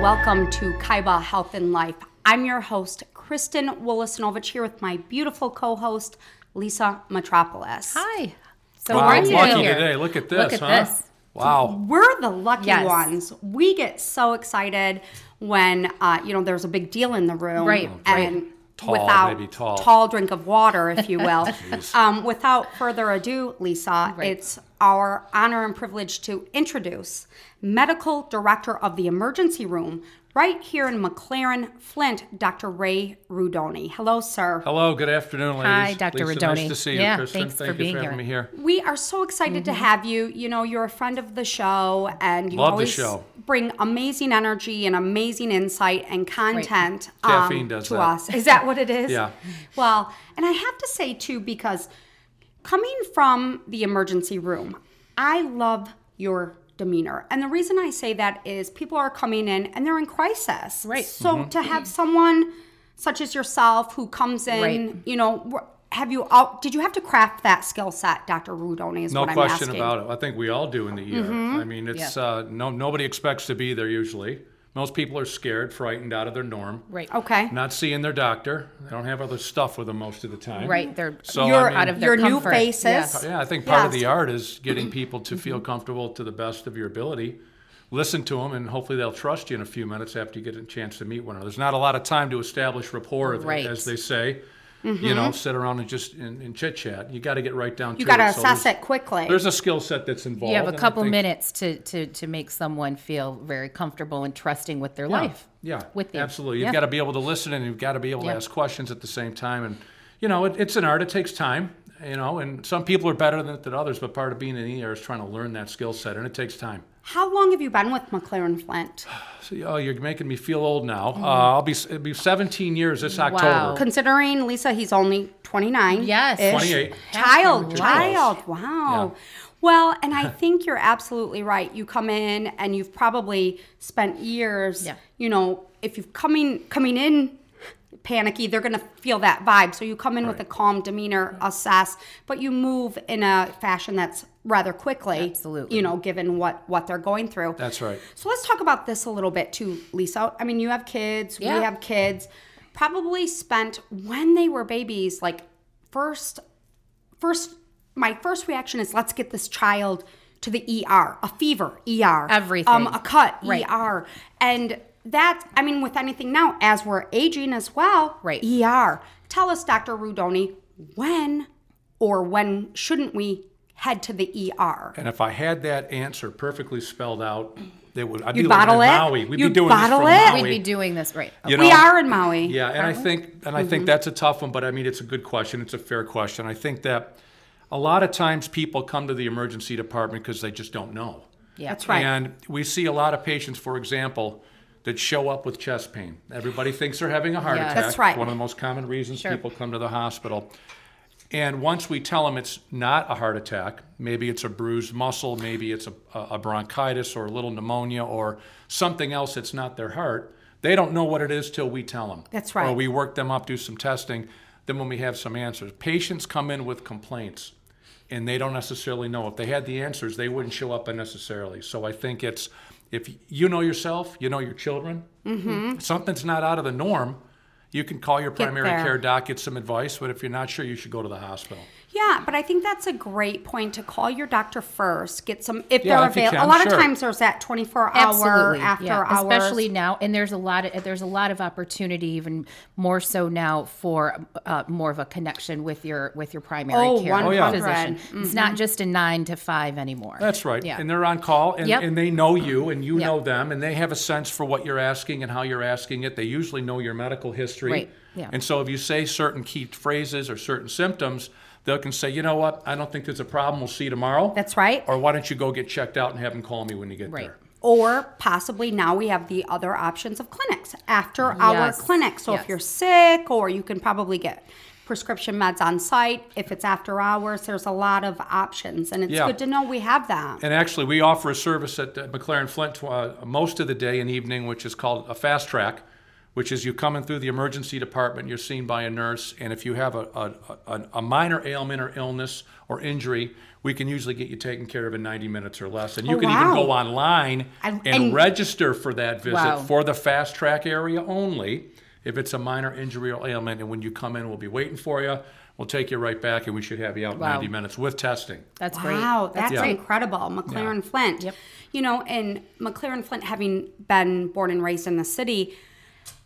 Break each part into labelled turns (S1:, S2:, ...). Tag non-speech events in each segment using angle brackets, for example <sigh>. S1: welcome to Kaiba Health and Life. I'm your host, Kristen Willis-Novich, here with my beautiful co-host, Lisa Metropolis.
S2: Hi. So
S3: Wow,
S2: are
S3: I'm
S2: you
S3: lucky
S2: here?
S3: today. Look at this,
S2: Look at
S3: huh?
S2: this.
S3: Wow.
S1: We're the lucky
S2: Yes.
S1: ones. We get so excited when uh, you know there's a big deal in the room,
S2: Right,
S1: And
S3: Oh, Tall,
S1: without
S3: maybe tall.
S1: drink of water, if you
S3: <laughs>
S1: will. um, without further ado, Lisa,
S2: Right.
S1: it's our honor and privilege to introduce medical director of the emergency room right here in McLaren, Flint, Dr. Ray Rudoni. Hello, sir.
S3: Hello, good afternoon, ladies.
S2: Hi, Dr.
S3: Lisa,
S2: Rodoni.
S3: Nice to see you,
S2: Yeah,
S3: Kristen.
S2: thanks
S3: Thank
S2: for
S3: you
S2: being
S3: for
S2: here.
S3: having me here.
S1: We are so excited to have you. You know, you're a friend of the show and you
S3: Mm-hmm. Love the
S1: always
S3: show.
S1: bring amazing energy and amazing insight and content um,
S3: Caffeine does
S1: to
S3: that.
S1: us. Is that what it is?
S3: <laughs> Yeah.
S1: Well, and I have to say too, because coming from the emergency room, I love your demeanor. And the reason I say that is people are coming in and they're in crisis.
S2: Right.
S1: So
S3: Mm-hmm.
S1: to have someone such as yourself who comes in,
S2: Right.
S1: you know, wh- have you all, did you have to craft that skill set, Dr. Rudoni, is
S3: No
S1: what I'm
S3: question
S1: asking.
S3: about it. I think we all do in the ER.
S2: Mm-hmm.
S3: I mean, it's
S2: Yeah.
S3: uh, no nobody expects to be there usually. Most people are scared, frightened out of their norm.
S2: Right.
S1: Okay.
S3: Not seeing their doctor. They don't have other stuff with them most of the time.
S2: Right. They're
S3: So, I
S2: you're
S3: mean-
S2: out of their
S1: Your new
S2: comfort.
S1: faces.
S2: Yes.
S3: Yeah, I think part of
S1: Yes.
S3: the art is getting people to feel comfortable to the best of your ability. Listen to them, and hopefully they'll trust you in a few minutes after you get a chance to meet one another. There's not a lot of time to establish rapport, of it,
S2: Right. Mm-hmm.
S3: as they say. You know, sit around and just and, and chit chat. You got to get right down to
S1: You got to
S3: it. So
S1: assess
S3: there's-
S1: it quickly.
S3: There's a skill set that's involved.
S2: You have a
S3: and I
S2: couple
S3: think-
S2: minutes to, to, to make someone feel very comfortable and trusting with their
S3: Yeah,
S2: life.
S3: Yeah,
S2: With you.
S3: absolutely. You've
S2: Yeah.
S3: got to be able to listen, and you've got to be able
S2: Yeah.
S3: to ask questions at the same time. And you know, it, it's an art. It takes time. You know, and some people are better than, than others. But part of being an ER is trying to learn that skill set, and it takes time.
S1: How long have you been with McLaren
S3: <sighs>
S1: Flint?
S3: So, oh, you're making me feel old now.
S1: Mm-hmm.
S3: Uh, I'll be it'll be 17 years this October.
S1: Considering Lisa, he's only 29.
S2: Yes.
S3: 28.
S1: Child,
S2: Half your life.
S1: child. Wow. Well, and I think you're absolutely right. You come in and you've probably spent years,
S2: Yeah.
S1: you know, if you've coming coming in panicky, they're going to feel that vibe. So you come in with a
S3: Right.
S1: calm demeanor, assess, but you move in a fashion that's rather quickly.
S2: Absolutely.
S1: You know, given what what they're going through.
S3: That's right.
S1: So let's talk about this a little bit too, Lisa. I mean, you have kids,
S2: Yeah.
S1: we have kids. Probably spent when they were babies, like first, first, my first reaction is let's get this child to the ER, a fever, ER,
S2: Everything.
S1: um, a cut,
S2: Right.
S1: ER, and that. I mean, with anything now, as we're aging as well,
S2: Right.
S1: ER. Tell us, Dr. Rudoni, when or when shouldn't we head to the ER?
S3: And if I had that answer perfectly spelled out, it would. I'd
S1: You'd
S3: be living in
S1: bottle it?
S3: Maui. We'd
S1: You'd
S3: be doing this
S1: bottle
S3: from
S1: it?
S3: Maui.
S2: We'd be doing this right.
S3: you
S1: we
S3: know?
S1: are Mm-hmm. in Maui.
S3: Yeah, and I think and I think that's a tough one, but I mean it's a good question. It's a fair question. I think that a lot of times people come to the emergency department because they just don't know.
S2: Yeah.
S1: That's right.
S3: And we see a lot of patients, for example, that show up with chest pain. Everybody thinks they're having a heart
S2: Yeah.
S3: attack.
S1: That's right.
S3: One of the most common reasons
S2: Sure.
S3: people come to the hospital. And once we tell them it's not a heart attack, maybe it's a bruised muscle, maybe it's a, a bronchitis or a little pneumonia or something else that's not their heart, they don't know what it is till we tell them.
S1: That's right.
S3: Or we work them up, do some testing. Then when we have some answers, patients come in with complaints and they don't necessarily know. If they had the answers, they wouldn't show up unnecessarily. So I think it's if you know yourself, you know your children, mm-hmm. something's not out of the norm, you can call your primary
S1: there.
S3: care doc, get some advice, but if you're not sure, you should go to the hospital.
S1: Yeah, but I think that's a great point to call your doctor first. Get some if
S3: Yeah,
S1: they're
S3: if you
S1: available.
S3: can,
S1: A lot of
S3: sure.
S1: times there's that 24 hour
S2: Absolutely.
S1: after
S2: yeah.
S1: hours.
S2: Especially now, and there's a lot of there's a lot of opportunity, even more so now for uh, more of a connection with your with your primary
S1: Oh,
S2: care
S1: 100.
S2: physician. It's not just a nine to five anymore.
S3: That's right.
S2: Mm-hmm. Yeah.
S3: And they're on call and,
S2: Yep.
S3: and they know you and you
S2: Yep.
S3: know them and they have a sense for what you're asking and how you're asking it. They usually know your medical history.
S2: Right. Yeah.
S3: And so if you say certain key phrases or certain symptoms, they can say, you know what, I don't think there's a problem. We'll see you tomorrow.
S1: That's right.
S3: Or why don't you go get checked out and have them call me when you get
S2: Right.
S3: there?
S1: Or possibly now we have the other options of clinics, after hour
S2: Yes.
S1: clinics. So if
S2: Yes.
S1: you're sick, or you can probably get prescription meds on site. If it's after hours, there's a lot of options, and it's
S3: Yeah.
S1: good to know we have that.
S3: And actually, we offer a service at uh, McLaren Flint uh, most of the day and evening, which is called a fast track, which is you come in through the emergency department, you're seen by a nurse, and if you have a, a, a, a minor ailment or illness or injury, we can usually get you taken care of in 90 minutes or less. And you
S1: Oh,
S3: can even
S1: wow.
S3: go online
S1: I-
S3: and,
S1: and-
S3: register for that visit
S2: Wow.
S3: for the fast track area only if it's a minor injury or ailment. And when you come in, we'll be waiting for you. We'll take you right back, and we should have you out in
S2: Wow.
S3: 90 minutes with testing.
S2: That's great.
S1: Wow, that's
S3: Yeah.
S1: incredible. McLaren Flint.
S2: Yep.
S1: You know, and McLaren Flint, having been born and raised in the city,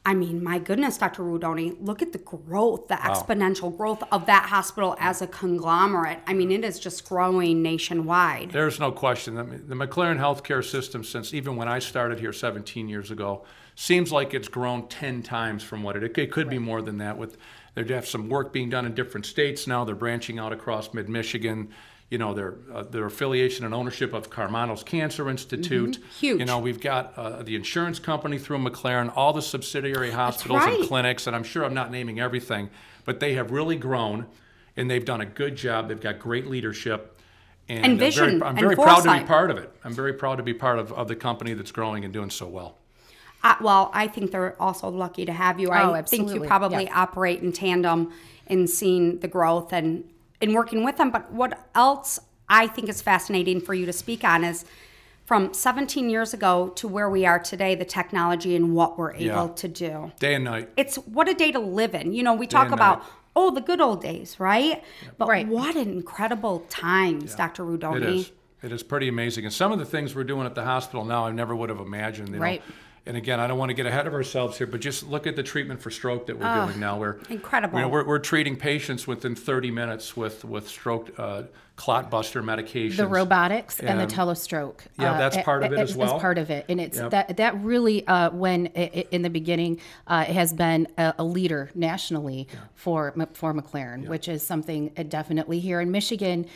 S1: I mean, my goodness, Dr. Rudoni, look at the growth, the exponential growth of that hospital as a conglomerate. I mean, it is just growing nationwide.
S3: There's no question. I mean, The McLaren healthcare system, since even when I started here 17 years ago, seems like it's grown 10 times from what it. It, could be more than that. With there'd have some work being done in different states now. They're branching out across Mid Michigan. You know their uh, their affiliation and ownership of Carmanos Cancer Institute.
S1: Mm-hmm. Huge.
S3: You know we've got uh, the insurance company through McLaren, all the subsidiary hospitals and
S1: right.
S3: clinics, and I'm sure I'm not naming everything, but they have really grown, and they've done a good job. They've got great leadership, and,
S1: And
S3: I'm very-
S1: vision
S3: I'm
S1: and
S3: very proud to be
S1: foresight.
S3: part of it. I'm very proud to be part of, of the company that's growing and doing so well.
S1: Uh, well, I think they're also lucky to have you.
S2: Oh,
S1: I think
S2: absolutely.
S1: you probably
S2: Yeah.
S1: operate in tandem in seeing the growth and in working with them. But what else I think is fascinating for you to speak on is from 17 years ago to where we are today, the technology and what we're able
S3: Yeah.
S1: to do.
S3: Day and night.
S1: It's what a day to live in. You know, we talk
S3: and
S1: about
S3: night.
S1: oh the good old days, right? But
S2: Right.
S1: what an incredible times, Dr. Rudoni.
S3: It is. It is pretty amazing. And some of the things we're doing at the hospital now, I never would have imagined. You know?
S2: Right.
S3: And again, I don't want to get ahead of ourselves here, but just look at the treatment for stroke that we're doing now. We're
S1: incredible.
S3: You know, we're, we're treating patients within 30 minutes with with stroke uh, clot buster medications.
S2: the robotics and,
S3: And-
S2: the telestroke. uh,
S3: Yeah, that's part of it as well.
S2: That's part of it, and it's
S3: Yep.
S2: that that really uh, when i i- in the beginning uh, it has been a, a leader nationally for M- for McLaren, which is something uh, definitely here in Michigan,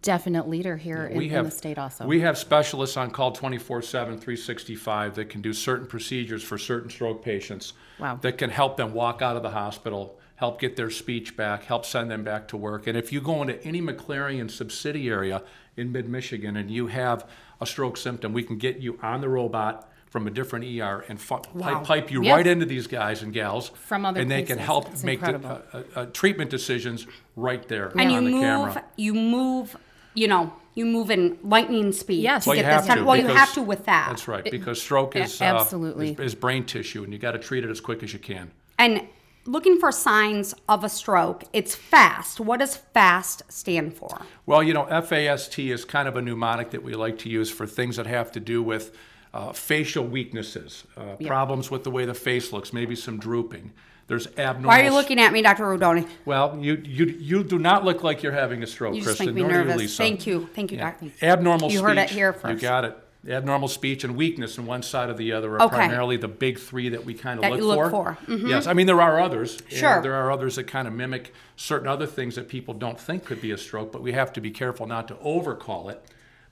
S2: definite leader here in,
S3: we
S2: in
S3: have
S2: the state also.
S3: We have specialists on call 24/7 365 that can do certain procedures for certain stroke patients
S2: Wow.
S3: that can help them walk out of the hospital, help get their speech back, help send them back to work. And if you go into any McLarian subsidiary in mid-Michigan and you have a stroke symptom, we can get you on the robot from a different ER and fu- pipe, pipe you
S2: Yeah.
S3: right into these guys and gals
S2: From other
S3: and they can
S2: places.
S3: help
S2: It's
S3: make the, uh,
S2: incredible.
S3: uh, uh, treatment decisions right there
S1: and you
S3: on the
S1: move
S3: camera.
S1: you move you know you move in lightning speed
S2: Yes.
S1: to
S2: Well,
S1: get
S2: you
S1: this
S2: have
S1: done
S2: to,
S1: well you have
S3: because-
S1: to with that
S3: That's right, because stroke is
S2: a-
S3: uh,
S2: absolutely.
S3: is, is brain tissue, and you got to treat it as quick as you can.
S1: and looking for signs of a stroke it's fast what does fast stand for
S3: Well, you know, FAST is kind of a mnemonic that we like to use for things that have to do with uh, facial weaknesses, uh, problems with the way the face looks, maybe some drooping. There's abnormal.
S1: why are you looking at me dr rodoni
S3: Well, you you you do not look like you're having a stroke,
S1: you just
S3: Kristen.
S1: make me
S3: nor do you,
S1: nervous
S3: Lisa.
S1: thank you thank you dr
S3: Abnormal
S1: You
S3: speech.
S1: heard it here first.
S3: You got it. Abnormal speech and weakness in one side or the other are
S1: Okay.
S3: primarily the big three that we kind of
S1: That
S3: look,
S1: you look
S3: for.
S1: for. Mm-hmm.
S3: Yes, I mean there are others. and
S1: Sure.
S3: There are others that kind of mimic certain other things that people don't think could be a stroke, but we have to be careful not to overcall it.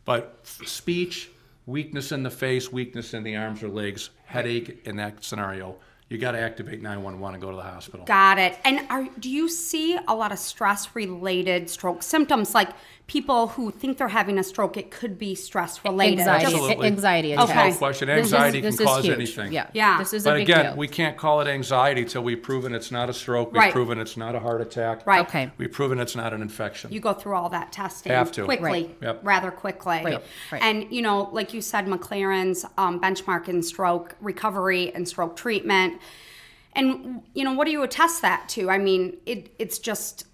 S3: But f- speech, weakness in the face, weakness in the arms or legs, headache in that scenario, you got to activate 911 and go to the hospital.
S1: got it and are do you see a lot of stress related stroke symptoms like people who think they're having a stroke it could be stress related
S2: Anxiety.
S1: Just-
S3: Absolutely.
S2: Anxiety
S3: There's
S1: Okay.
S3: no question.
S2: This is-
S3: Anxiety
S2: this
S3: can
S2: is
S3: cause
S2: huge.
S3: anything.
S2: Yeah,
S1: Yeah.
S2: This is a
S3: But
S2: big
S3: again,
S2: deal.
S3: we can't call it anxiety till we've proven it's not a stroke. We've
S1: Right.
S3: proven it's not a heart attack.
S1: Right.
S2: okay.
S3: We've proven it's not an infection.
S1: you go through all that testing
S3: Have to.
S1: quickly,
S2: Right.
S3: Yep.
S1: rather quickly.
S2: Right. Right.
S1: And you know, like you said, McLaren's um, benchmark in stroke recovery and stroke treatment. And you know, what do you attest that to? I mean, it it's just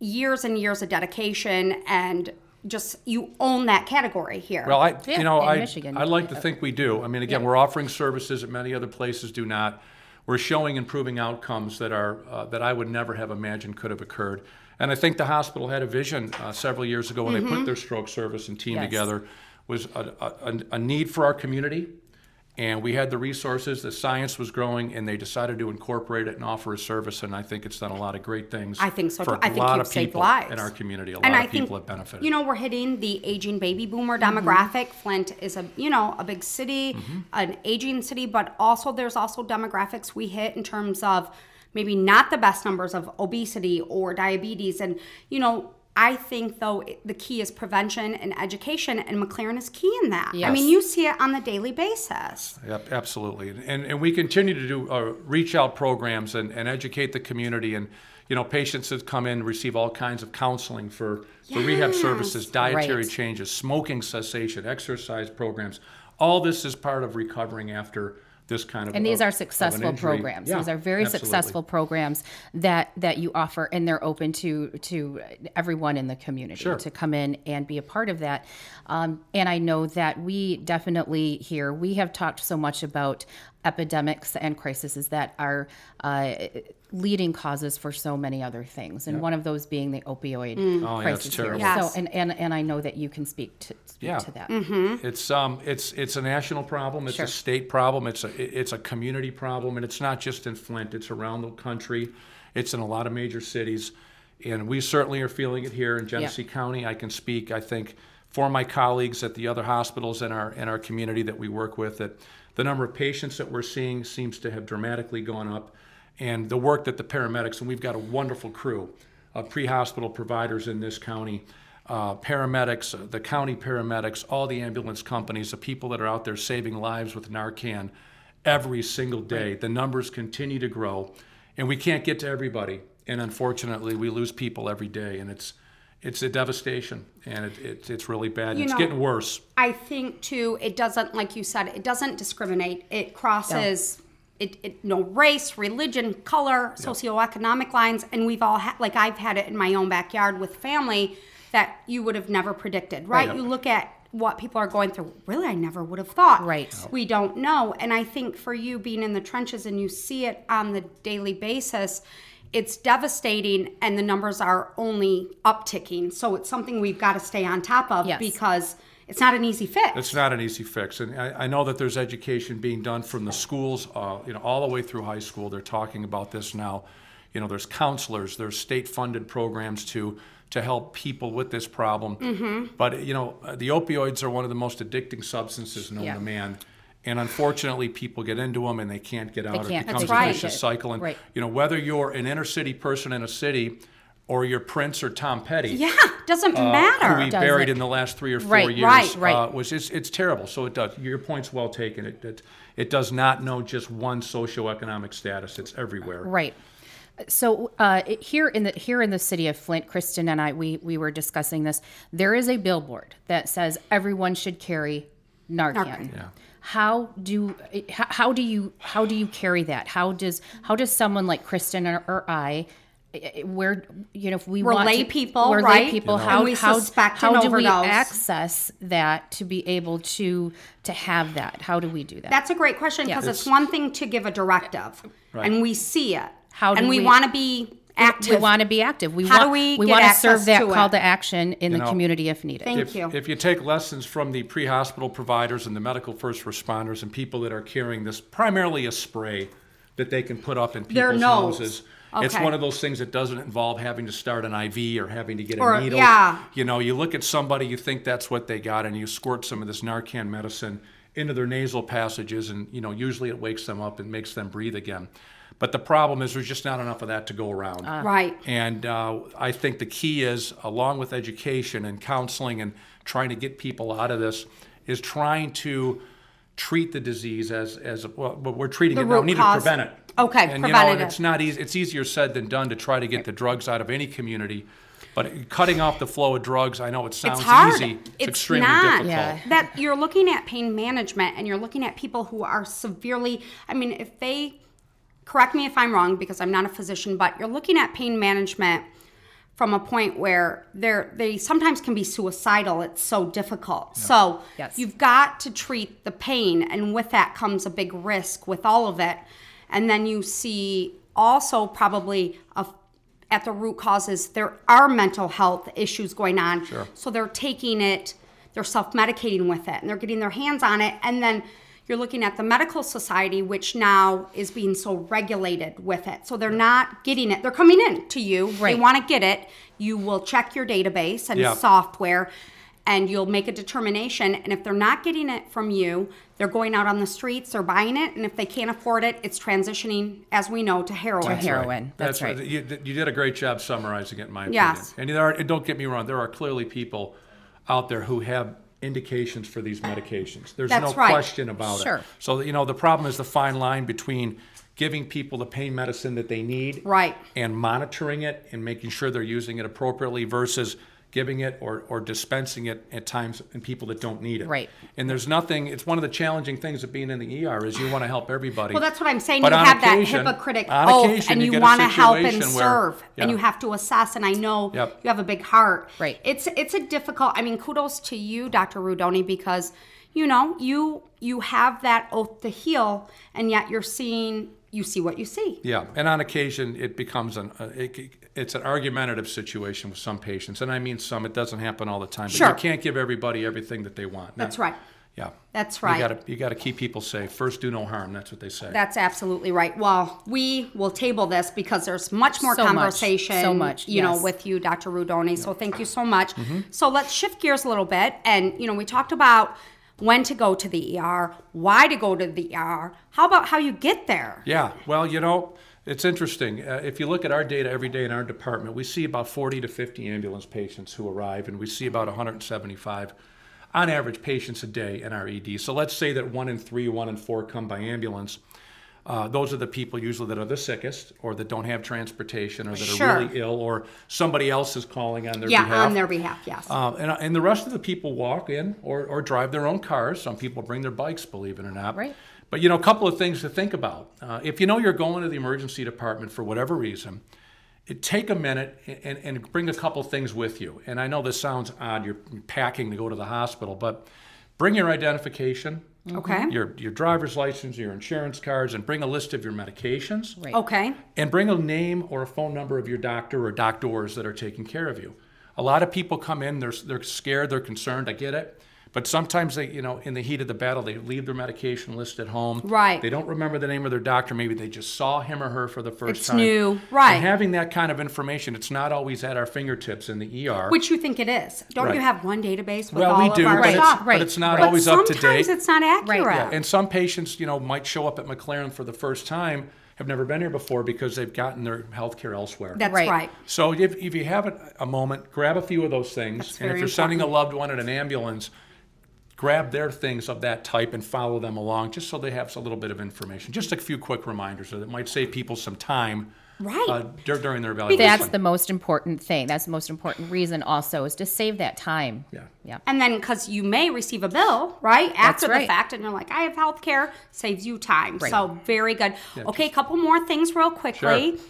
S1: years and years of dedication and just you own that category here.
S3: well, I,
S2: Yeah,
S3: you know,
S2: in
S3: I,
S2: Michigan.
S3: I like to think we do. I mean, again, we're offering services that many other places do not. We're showing improving outcomes that are uh, that I would never have imagined could have occurred. And I think the hospital had a vision uh, several years ago when
S1: Mm-hmm.
S3: they put their stroke service and team
S2: Yes.
S3: together was a, a, a- a need for our community. And we had the resources, the science was growing, and they decided to incorporate it and offer a service. And I think it's done a lot of great things.
S1: I think so.
S3: For
S1: too. I think
S3: a lot
S1: you've
S3: of
S1: saved
S3: people
S1: lives
S3: in our community, a lot
S1: And
S3: of
S1: I think,
S3: people have benefited.
S1: You know, we're hitting the aging baby boomer demographic. Flint is a you know a big city,
S3: Mm-hmm.
S1: an aging city, but also there's also demographics we hit in terms of maybe not the best numbers of obesity or diabetes, and you know I think though it- the key is prevention and education, and McLaren is key in that. I
S2: Yes.
S1: mean, you see it on the daily basis.
S3: Yep, absolutely. And, and we continue to do uh, reach out programs and, and educate the community. And, you know, patients that come in receive all kinds of counseling for, for rehab
S1: Yes.
S3: services, dietary
S2: Right.
S3: changes, smoking cessation, exercise programs. All this is part of recovering after this kind of
S2: and these
S3: of-
S2: are
S3: of an
S2: successful
S3: injury.
S2: programs
S3: Yeah,
S2: these are very
S3: absolutely.
S2: successful programs that that you offer and they're open to to everyone in the community
S3: Sure.
S2: to come in and be a part of that um, and i know that we definitely here we have talked so much about epidemics and crises that are uh, leading causes for so many other things and one of those being the opioid
S3: Oh, yeah, it's
S2: crisis
S3: terrible.
S2: here.
S1: Yes.
S2: so and, and and i know that you can speak to speak
S3: Yeah.
S2: to that
S3: It's um, it's it's a national problem. It's
S2: Sure.
S3: a state problem. It's a it's a community problem, and it's not just in Flint. It's around the country. It's in a lot of major cities, and we certainly are feeling it here in Genesee County. I can speak. I think for my colleagues at the other hospitals in our in our community that we work with, that the number of patients that we're seeing seems to have dramatically gone up, and the work that the paramedics and we've got a wonderful crew of pre-hospital providers in this county uh, paramedics, uh, the county paramedics, all the ambulance companies, the people that are out there saving lives with Narcan every single day. The numbers continue to grow, and we can't get to everybody. And unfortunately, we lose people every day, and it's it's a devastation, and it, it, it's really bad. and
S1: You
S3: it's
S1: know-
S3: getting worse.
S1: I think too, it doesn't, like you said, it doesn't discriminate. It crosses it, it no race, religion, color, socioeconomic lines, and we've all had like I've had it in my own backyard with family that you would have never predicted, right?
S3: Right.
S1: You look at what people are going through. Really, I never would have thought.
S2: Right.
S1: We don't know, and I think for you being in the trenches and you see it on the daily basis. It's devastating, and the numbers are only upticking. So it's something we've got to stay on top of
S2: Yes.
S1: because it's not an easy fix. <laughs>
S3: It's not an easy fix, and I, I know that there's education being done from the schools, uh, you know, all the way through high school. They're talking about this now. You know, there's counselors, there's state-funded programs to to help people with this problem. But you know, uh, the opioids are one of the most addicting substances known
S2: Yeah.
S3: to man, and unfortunately, people get into them and they can't get out.
S2: can't.
S3: It becomes
S2: That's
S3: a
S1: right.
S3: vicious cycle, and
S2: Right.
S3: you know, whether you're an inner-city person in a city, or you're Prince or Tom Petty,
S1: yeah, doesn't
S3: who Uh, we
S1: matter.
S2: Doesn't.
S3: buried in the last three or four
S2: Right,
S3: years
S1: right,
S2: right.
S3: Uh, was it's, it's terrible. So it does. Your point's well taken. It, it it does not know just one socioeconomic status. It's everywhere.
S2: Right. So uh, it- here in the here in the city of Flint, Kristen and I we we were discussing this. There is a billboard that says everyone should carry Narcan.
S1: Narcan.
S3: Yeah.
S2: How do h- how do you how do you carry that? How does how does someone like Kristen or, or I i- i- where you know if we
S1: We're
S2: want
S1: lay
S2: to-
S1: people,
S2: we're
S1: right?
S2: lay people
S1: You know.
S2: how
S1: And we
S2: how,
S1: suspect
S2: how
S1: an
S2: do we
S1: overdose.
S2: access that to be able to to have that how do we do that
S1: That's a great question because it's, one thing to give a directive, and we see it,
S2: How do
S1: and we,
S2: we-
S1: want to be active.
S2: we want to be active. We
S1: How
S2: want
S1: do we
S2: we
S1: get
S2: want to
S1: access
S2: serve that
S1: to
S2: call
S1: it?
S2: to action in the
S3: know,
S2: community if needed.
S1: Thank
S3: if,
S1: you.
S3: If you take lessons from the pre-hospital providers and the medical first responders and people that are carrying this, primarily a spray that they can put up in people's
S1: Their nose.
S3: noses. It's
S1: Okay.
S3: one of those things that doesn't involve having to start an IV or having to get a
S1: Or-
S3: needle.
S1: yeah.
S3: You know, you look at somebody, you think that's what they got, and you squirt some of this Narcan medicine into their nasal passages, and you know, usually it wakes them up and makes them breathe again. But the problem is, there's just not enough of that to go around.
S1: right.
S3: And uh, I think the key is, along with education and counseling and trying to get people out of this, is trying to treat the disease as as well. But we're treating it now.
S1: root
S3: We need
S1: cause.
S3: to prevent it.
S1: Okay,
S3: and, you know, and
S1: preventative.
S3: it's not easy. It's easier said than done to try to get the drugs out of any community. But cutting off the flow of drugs, I know it sounds
S1: It's hard.
S3: easy. It's,
S1: It's
S3: extremely
S1: not.
S3: difficult.
S2: Yeah.
S1: that you're looking at pain management and you're looking at people who are severely i mean if they correct me if i'm wrong because i'm not a physician but you're looking at pain management from a point where they're they sometimes can be suicidal it's so difficult so
S2: Yes.
S1: you've got to treat the pain and with that comes a big risk with all of it and then you see also probably a at the root causes there are mental health issues going on so they're taking it they're self-medicating with it and they're getting their hands on it and then you're looking at the medical society which now is being so regulated with it so they're not getting it they're coming in to you they
S2: Right.
S1: want to get it you will check your database and
S3: Yeah.
S1: software and you'll make a determination. And if they're not getting it from you, they're going out on the streets, they're buying it, and if they can't afford it, it's transitioning, as we know, to heroin.
S2: To heroin. That's right.
S3: You, you did a great job summarizing it, in my
S1: Yes.
S3: opinion. And there are, and don't get me wrong, there are clearly people out there who have indications for these medications. There's
S1: That's
S3: no
S1: right.
S3: question about
S2: Sure.
S3: it. So you know the problem is the fine line between giving people the pain medicine that they need,
S1: Right.
S3: and monitoring it and making sure they're using it appropriately versus giving it or, or dispensing it at times in people that don't need it.
S2: Right.
S3: And there's nothing. It's one of the challenging things of being in the ER is you want to help everybody.
S1: Well, that's what I'm saying.
S3: But
S1: you
S3: on
S1: have
S3: occasion-
S1: that hypocritic
S3: on
S1: oath,
S3: occasion
S1: and you,
S3: get a
S1: want to help and
S3: situation where-
S1: serve, and you
S3: yeah.
S1: have to assess. And I know
S3: Yep.
S1: you have a big heart.
S2: Right.
S1: It's it's a difficult. I mean, kudos to you, Dr. Rudoni, because you know you you have that oath to heal, and yet you're seeing you see what you see.
S3: Yeah, and on occasion it becomes an uh, it, it's an argumentative situation with some patients, and I mean some. It doesn't happen all the time. But
S1: Sure.
S3: You can't give everybody everything that they want.
S1: That's right.
S3: Yeah.
S1: That's
S3: You
S1: right.
S3: got to you got to keep people safe. First, do no harm. That's what they say.
S1: That's absolutely right. Well, we will table this because there's much more
S2: So much,
S1: conversation,
S2: so much,
S1: you know,
S2: yes.
S1: with you, Dr. Rudoni. So thank you so much.
S3: Mm-hmm.
S1: So let's shift gears a little bit, and you know, we talked about when to go to the ER, why to go to the ER. How about how you get there?
S3: yeah. Well, you know, it's interesting. Uh, if you look at our data every day in our department, we see about 40 to 50 ambulance patients who arrive, and we see about 175 on average patients a day in our ED. So let's say that one in three, one in four come by ambulance. Uh, those are the people usually that are the sickest or that don't have transportation or that
S1: Sure.
S3: are really ill or somebody else is calling on their
S1: yeah,
S3: behalf.
S1: on their behalf. Yes.
S3: Um, and, and the rest of the people walk in or, or drive their own cars. Some people bring their bikes, believe it or not.
S2: Right.
S3: But you know, a couple of things to think about. Uh, if you know you're going to the emergency department for whatever reason, it, take a minute and, and bring a couple things with you. And I know this sounds odd, you're packing to go to the hospital, but bring your identification,
S1: okay.
S3: your, your driver's license, your insurance cards, and bring a list of your medications.
S2: Right.
S1: Okay.
S3: And bring a name or a phone number of your doctor or doctors that are taking care of you. A lot of people come in, they're, they're scared, they're concerned, I get it. But sometimes they, you know, in the heat of the battle, they leave their medication list at home.
S1: Right.
S3: They don't remember the name of their doctor. Maybe they just saw him or her for the first
S1: It's
S3: time.
S1: new. Right.
S3: And having that kind of information, it's not always at our fingertips in the ER.
S1: Which you think it is? Don't you
S3: Right.
S1: have one database with
S3: well,
S1: all
S3: we
S1: of
S3: do,
S1: our
S3: but, it's,
S1: stuff?
S3: but it's not
S2: Right.
S3: always up
S1: sometimes
S3: to date.
S1: it's not accurate.
S2: Right. Yeah,
S3: And some patients, you know, might show up at McLaren for the first time, have never been here before because they've gotten their health care elsewhere.
S1: That's right.
S2: Right.
S3: So if, if you have a, a moment, grab a few of those things.
S1: That's
S3: and if
S1: very
S3: you're sending a loved one in an ambulance, grab their things of that type and follow them along just so they have a little bit of information. Just a few quick reminders that might save people some time
S1: Right.
S3: uh, dur- during their evaluation.
S2: That's the most important thing. That's the most important reason also is to save that time.
S3: Yeah.
S2: Yeah.
S1: And then, because you may receive a bill, right? After the
S2: right.
S1: fact, and you're like, I have health care, saves you time. So, very good. okay, a couple more things, real quickly.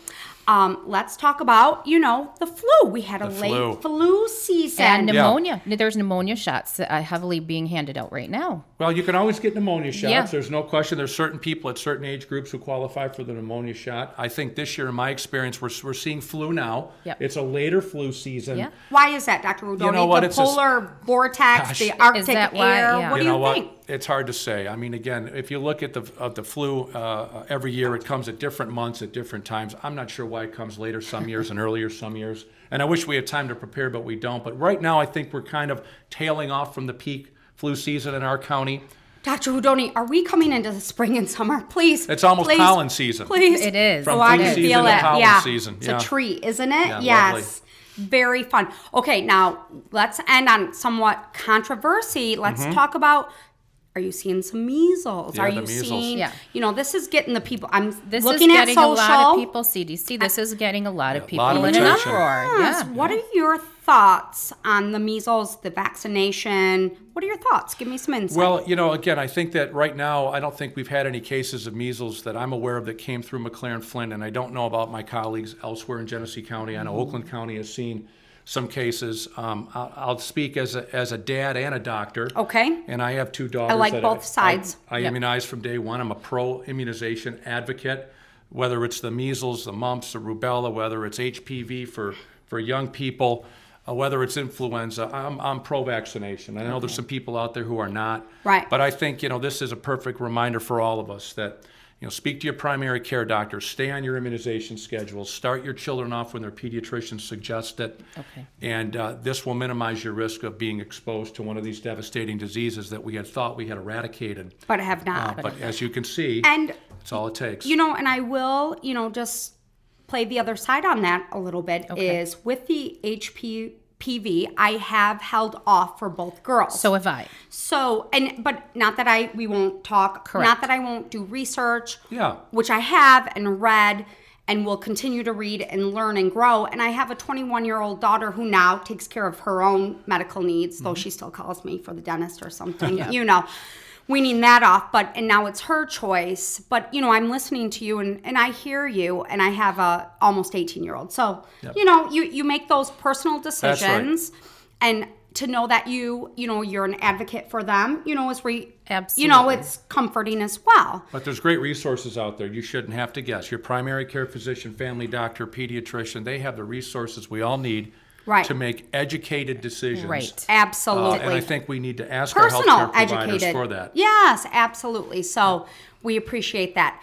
S1: Um, let's talk about, you know, the flu. We had a
S3: The
S1: late
S3: flu.
S1: flu season.
S2: And pneumonia. There's pneumonia shots uh, heavily being handed out right now.
S3: Well, you can always get pneumonia shots.
S2: Yeah.
S3: There's no question. There's certain people at certain age groups who qualify for the pneumonia shot. I think this year, in my experience, we're, we're seeing flu now.
S2: Yep.
S3: It's a later flu season.
S2: Yeah.
S1: Why is that, Dr. Rudoni?
S3: know what?
S1: The
S3: It's a s-
S1: polar vortex,
S3: Gosh.
S1: the
S3: Is
S1: Arctic air.
S2: that why? Yeah.
S1: What
S2: You
S1: do
S3: know
S1: you
S3: what?
S1: think?
S3: It's hard to say. I mean, again, if you look at the of the flu uh, every year, it comes at different months at different times. I'm not sure why it comes later some years and earlier some years. And I wish we had time to prepare, but we don't. But right now, I think we're kind of tailing off from the peak flu season in our county.
S1: Dr. Rudoni, are we coming into the spring and summer? Please.
S3: It's almost
S1: please,
S3: pollen season.
S1: Please.
S2: It is.
S1: Oh,
S2: From
S1: I
S2: flu
S1: can
S2: season
S1: feel
S3: to
S1: it.
S3: pollen
S1: yeah.
S3: season.
S1: It's
S3: Yeah.
S1: a treat, isn't it?
S3: lovely.
S1: yes. Very fun. Okay, now let's end on somewhat controversy. Let's talk about are you seeing some measles?
S3: Mm-hmm. Yeah,
S1: are
S3: the
S1: you
S3: measles.
S1: seeing
S2: Yeah.
S1: you know, this is getting the people I'm
S2: This
S1: looking
S2: is
S1: at
S2: getting
S1: social.
S2: a lot of people. CDC. This is getting a lot of people
S3: lot of
S2: in an
S3: attention.
S2: uproar.
S1: Yes.
S2: Yeah.
S1: What are your thoughts on the measles, the vaccination? What are your thoughts? Give me some insight.
S3: Well, you know, again, I think that right now, I don't think we've had any cases of measles that I'm aware of that came through McLaren Flint, and I don't know about my colleagues elsewhere in Genesee County. I
S1: Mm-hmm.
S3: know Oakland County has seen some cases. Um, I'll, I'll speak as a, as a dad and a doctor.
S1: Okay.
S3: And I have two daughters.
S1: like
S3: that
S1: both sides.
S3: I, I immunized from day one. I'm a pro immunization advocate, whether it's the measles, the mumps, the rubella, whether it's HPV for, for young people, uh, whether it's influenza. I'm, I'm pro vaccination. I know there's some people out there who are not.
S1: Right.
S3: But I think, you know, this is a perfect reminder for all of us that You know, speak to your primary care doctor, stay on your immunization schedule, start your children off when their pediatrician suggests it.
S2: Okay.
S3: And uh, this will minimize your risk of being exposed to one of these devastating diseases that we had thought we had eradicated.
S1: but have not.
S3: Uh, but as you can see,
S1: and
S3: that's all it takes.
S1: you know, and I will, you know, just play the other side on that a little bit is with the HPV, I have held off for both girls.
S2: So have I.
S1: So and but not that I we won't talk. Not that I won't do research.
S3: Yeah.
S1: Which I have and read and will continue to read and learn and grow. And I have a 21 year old daughter who now takes care of her own medical needs, though she still calls me for the dentist or
S3: <laughs>
S1: something. You know, weaning that off. But and now it's her choice. But you know, I'm listening to you and and I hear you. And I have a almost 18 year old. So you know, you you make those personal
S3: right.
S1: decisions and to know that you you know you're an advocate for them you know is re you know
S2: Absolutely.
S1: it's comforting as well
S3: But there's great resources out there. You shouldn't have to guess. Your primary care physician, family doctor, pediatrician, they have the resources we all need
S1: Right.
S3: to make educated decisions.
S2: Right.
S3: Uh,
S1: absolutely
S3: and I think we need to ask our
S1: personal
S3: healthcare providers
S1: educated
S3: for that.
S1: yes absolutely so we appreciate that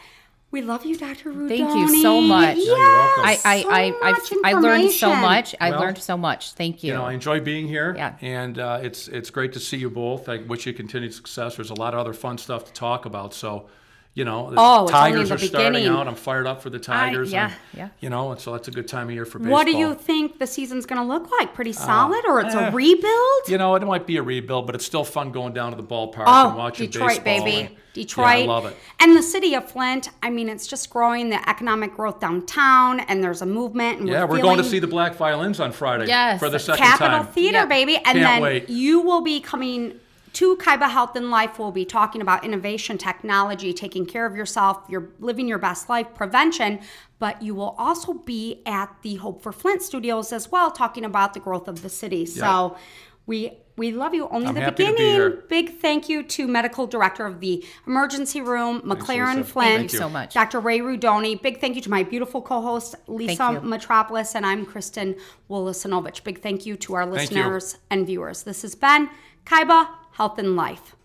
S1: we love you dr Rudoni.
S2: Thank you so much.
S1: yes,
S2: Yeah,
S3: you're welcome.
S2: I I
S1: so
S2: I
S1: much
S2: I, I learned so
S1: information.
S2: much. I
S3: Well,
S2: learned so much. Thank you.
S3: You know, I enjoy being here,
S2: Yeah.
S3: and uh, it's it's great to see you both. I wish you continued success. There's a lot of other fun stuff to talk about. So, you know, the
S1: Oh, it's only
S3: Tigers
S1: the
S3: are starting
S1: beginning.
S3: out. I'm fired up for the Tigers. and,
S2: yeah, yeah.
S3: You know, and so that's a good time of year for baseball.
S1: what do you think the season's going to look like pretty solid or it's
S3: eh.
S1: a rebuild
S3: You know, it might be a rebuild, but it's still fun going down to the ballpark and
S1: Oh,
S3: watching
S1: Detroit,
S3: baseball.
S1: baby.
S3: and- Yeah,
S1: Detroit.
S3: I love it.
S1: And the city of Flint, I mean, it's just growing the economic growth downtown, and there's a movement. And
S3: Yeah,
S1: we're,
S3: we're going to
S1: feeling
S3: see the Black Violins on Friday
S2: Yes,
S3: for the
S2: at
S3: second
S1: Capitol
S3: time.
S1: Theater,
S2: Yeah.
S1: baby. And
S3: Can't
S1: then
S3: wait.
S1: you will be coming to Kaiba Health and Life. We'll be talking about innovation, technology, taking care of yourself, you're living your best life, prevention. But you will also be at the Hope for Flint studios as well, talking about the growth of the city. So we we love you. Only
S3: I'm
S1: the
S3: happy to be
S1: beginning.
S3: here.
S1: Big thank you to Medical Director of the Emergency Room, McLaren
S3: Lisa.
S1: Flint.
S2: Thank you so much.
S1: Dr. Ray Rudoni. Big thank you to my beautiful co host,
S2: Thank
S1: Lisa
S2: you.
S1: Metropolis, and I'm Kristen Wolosinovich. Big thank you to our
S3: Thank you.
S1: listeners and viewers. This has been Kaiba Health and Life.